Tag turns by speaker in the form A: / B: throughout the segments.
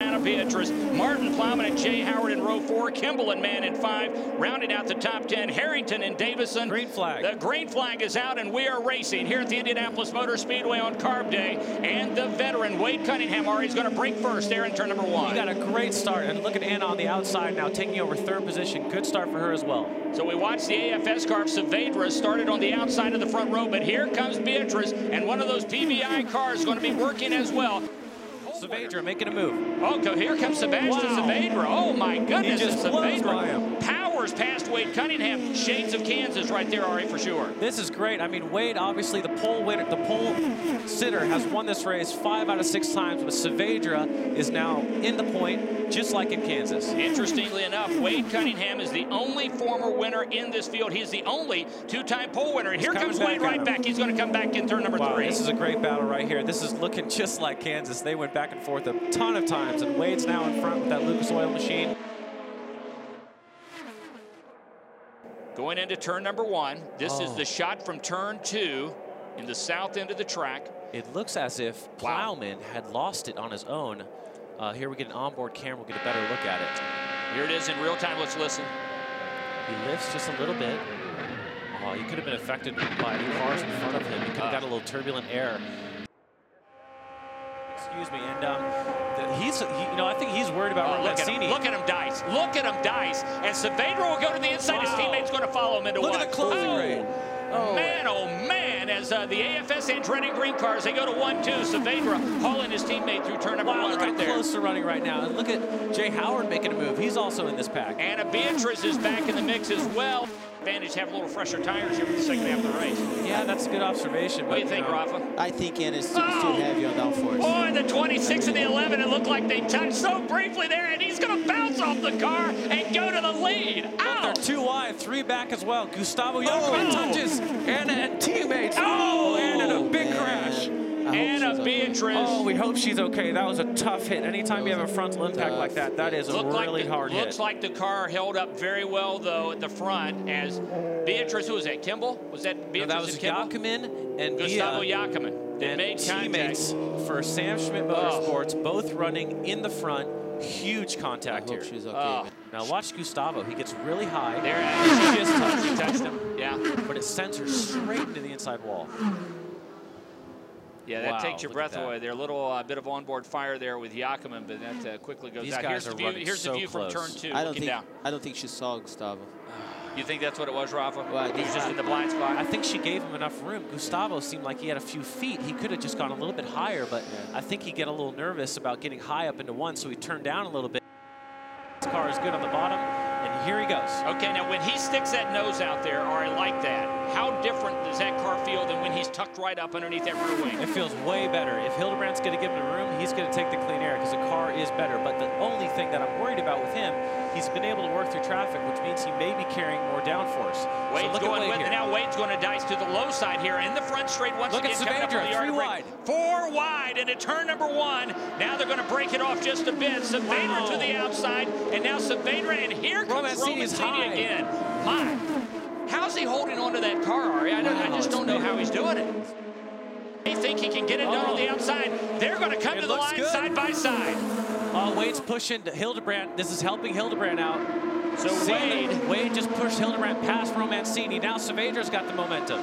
A: Montrose, Martin Plowman and Jay Howard in row four, Kimball and Mann in five, rounding out the top ten, Harrington and Davison.
B: Green flag.
A: The green flag is out, and we are racing here at the Indianapolis Motor Speedway on Carb Day. And the veteran, Wade Cunningham, already going to break first there in turn number one.
B: He got a great start, and look at Anna on the outside now, taking over third position. Good start for her as well.
A: So we watched the AFS car, Saavedra, started on the outside of the front row, but here comes Beatrice, and one of those PVI cars is going to be working as well.
B: Saavedra making a move.
A: Oh, go- here comes Sebastian
B: Wow.
A: Saavedra. Oh, my goodness.
B: just
A: and
B: blows by him.
A: Saavedra powers past Wade Cunningham. Shades of Kansas right there, Ari, for sure.
B: This is great. I mean, Wade, obviously the pole winner, the pole sitter has won this race five out of six times, but Saavedra is now in the point, just like in Kansas.
A: Interestingly enough, Wade Cunningham is the only former winner in this field. He's the only two-time pole winner. And here
B: coming
A: comes
B: back
A: Wade
B: at
A: right
B: him.
A: back. He's going to come back in turn number
B: Wow,
A: three.
B: this is a great battle right here. This is looking just like Kansas. They went back and forth a ton of times, and Wade's now in front with that Lucas Oil machine.
A: Going into turn number one, this is
B: Oh.
A: the shot from turn two in the south end of the track.
B: It looks as if Plowman had lost it on his own. Uh, here we get an onboard camera, we'll get a better look at it.
A: Here it is in real time. Let's listen.
B: He lifts just a little bit. Oh, he could have been affected by the cars in front of him. He could have
A: Ah.
B: got a little turbulent air. Excuse me, and um, th- he's, he, you know, I think he's worried about
A: Oh, look, at
B: Romancini.
A: him, look at him dice. Look at him dice. And Saavedra will go to the inside. His
B: Wow.
A: teammate's going to follow him into
B: Look
A: one.
B: at the closing
A: oh,
B: rate. Oh.
A: Man, oh man, as uh, the AFS Andretti green cars, they go to 1-2. Saavedra hauling his teammate through turn number
B: Wow,
A: one
B: look
A: right
B: how
A: there.
B: close they're running right now. And look at Jay Howard making a move. He's also in this pack.
A: Anna Beatrice is back in the mix as well. Advantage have a little fresher tires here for the second half of the race.
B: Yeah, that's a good observation.
A: What do
B: but,
A: you think,
B: know,
A: Rafa?
C: I think Anna's too, is too
A: Oh!
C: heavy on downforce.
A: Boy, the 26 and the 11, it looked like they touched so briefly there, and he's going to bounce off the car and go to the lead. Ow!
B: They're two wide, three back as well. Gustavo
A: Oh!
B: Youngman touches Anna and teammates.
A: Oh!
B: Anna, a big
C: Man,
B: crash.
C: I hope she's
A: Anna
C: okay.
A: Beatrice.
B: Oh, we hope she's okay. That was a tough hit. Anytime you have a frontal impact like that, that is a
A: Looked
B: really
A: the,
B: hard
A: looks
B: hit.
A: like the car held up very well, though, at the front as Beatrice, who was that, Kimball? Was that
B: You know,
A: Beatrice
B: that was
A: and Kimball?
B: Yakumin and
A: Gustavo
B: Dia
A: Yakiman. They
B: and
A: made
B: teammates
A: contact. Oh.
B: for Sam Schmidt Motorsports, both running in the front. Huge
C: I
B: contact
C: hope
B: here.
C: she's okay.
A: Oh.
C: man.
B: Now watch Gustavo. He gets really high.
A: There
B: She just touched
A: She
B: it,
A: touched him. Yeah.
B: but it sends her straight into the inside wall.
A: Yeah, that
B: Wow,
A: takes your
B: look at
A: breath
B: that.
A: away. There, a little uh, bit of onboard fire there with Yakiman, but that uh, quickly goes
B: These
A: out.
B: guys
A: here's
B: are
A: the view,
B: running
A: here's
B: so
A: the view
B: close.
A: from turn two,
C: I don't
A: looking
C: think
A: down.
C: I don't think she saw Gustavo.
A: You think that's what it was, Rafa?
C: Well, I
A: he was
C: think-
A: just in the blind spot.
B: I think she gave him enough room. Gustavo seemed like he had a few feet. He could have just gone a little bit higher, but I think he get a little nervous about getting high up into one, so he turned down a little bit. This car is good on the bottom, and here he goes.
A: Okay, now when he sticks that nose out there, or I like that, how different does that car feel than when he's tucked right up underneath that rear wing?
B: It feels way better. If Hildebrand's going to give him the room, he's going to take the clean air because the car is better. But the only thing that I'm worried about with him, he's been able to work through traffic, which means he may be carrying more downforce. so
A: Wade's
B: look
A: going
B: at Wade
A: with
B: here.
A: it. Now Wade's going to dice to the low side here in the front straight once
B: Look at
A: again. coming up on
B: Saavedra,
A: the yard
B: three
A: break.
B: wide.
A: Four wide into turn number one. Now they're going to break it off just a bit. Saavedra
B: Wow.
A: to the outside, and now Saavedra, and here comes Romancini
B: Romancini's high.
A: again. My, how's he holding onto that car, Ari? I, don't- I
C: Wow,
A: just
C: it's
A: don't know
C: amazing.
A: how he's doing it. They think he can get it done
B: Oh.
A: on the outside. They're going to come
B: It
A: to the
B: looks
A: line
B: good.
A: side by side.
B: Uh, Wade's pushing Hildebrand. This is helping Hildebrand out.
A: So
B: Seeing
A: Wade,
B: that Wade just pushed Hildebrand past Romancini. Now Saavedra's got the momentum.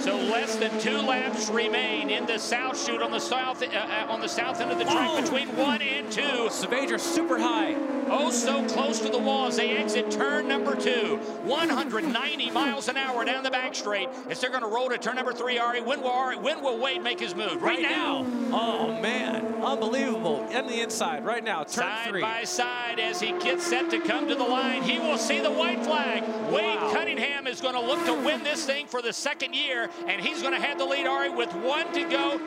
A: so less than two laps remain in the south shoot on the south uh, uh, on the south end of the track
B: Oh.
A: between one and two.
B: Saavedra super high.
A: Oh, so close to the wall as they exit turn number two. 190 miles an hour down the back straight as they're going to roll to turn number three. Ari, when will Ari, when will Wade make his move? Right, now.
B: Oh, man. Unbelievable. In the inside right now. Turn
A: Side
B: three.
A: by side as he gets set to come to the line. He will see the white flag.
B: Wow.
A: Wade Cunningham is going to look to win this thing for the second year, and he's going to have the lead, Ari, with one to go.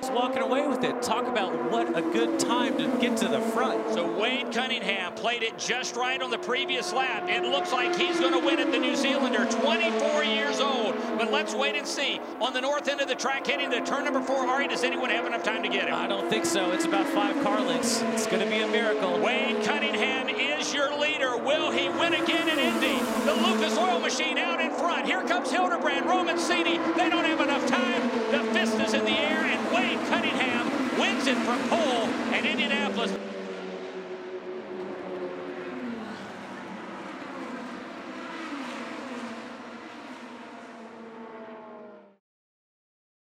B: Just walking away with it. Talk about what a good time to get to the front.
A: So Wade Cunningham played it just right on the previous lap. It looks like he's going to win it, the New Zealander, 24 years old. But let's wait and see. On the north end of the track, heading to turn number four, Ari, does anyone have enough time to get him?
B: I don't think so. It's about five car lengths. It's going to be a miracle.
A: Wade Cunningham is your leader. Will he win again in Indy? The Lucas Oil Machine out in front. Here comes Hildebrand, Romancini. They don't have enough time. The fist is in the air, and Wade Cunningham wins it from pole at Indianapolis.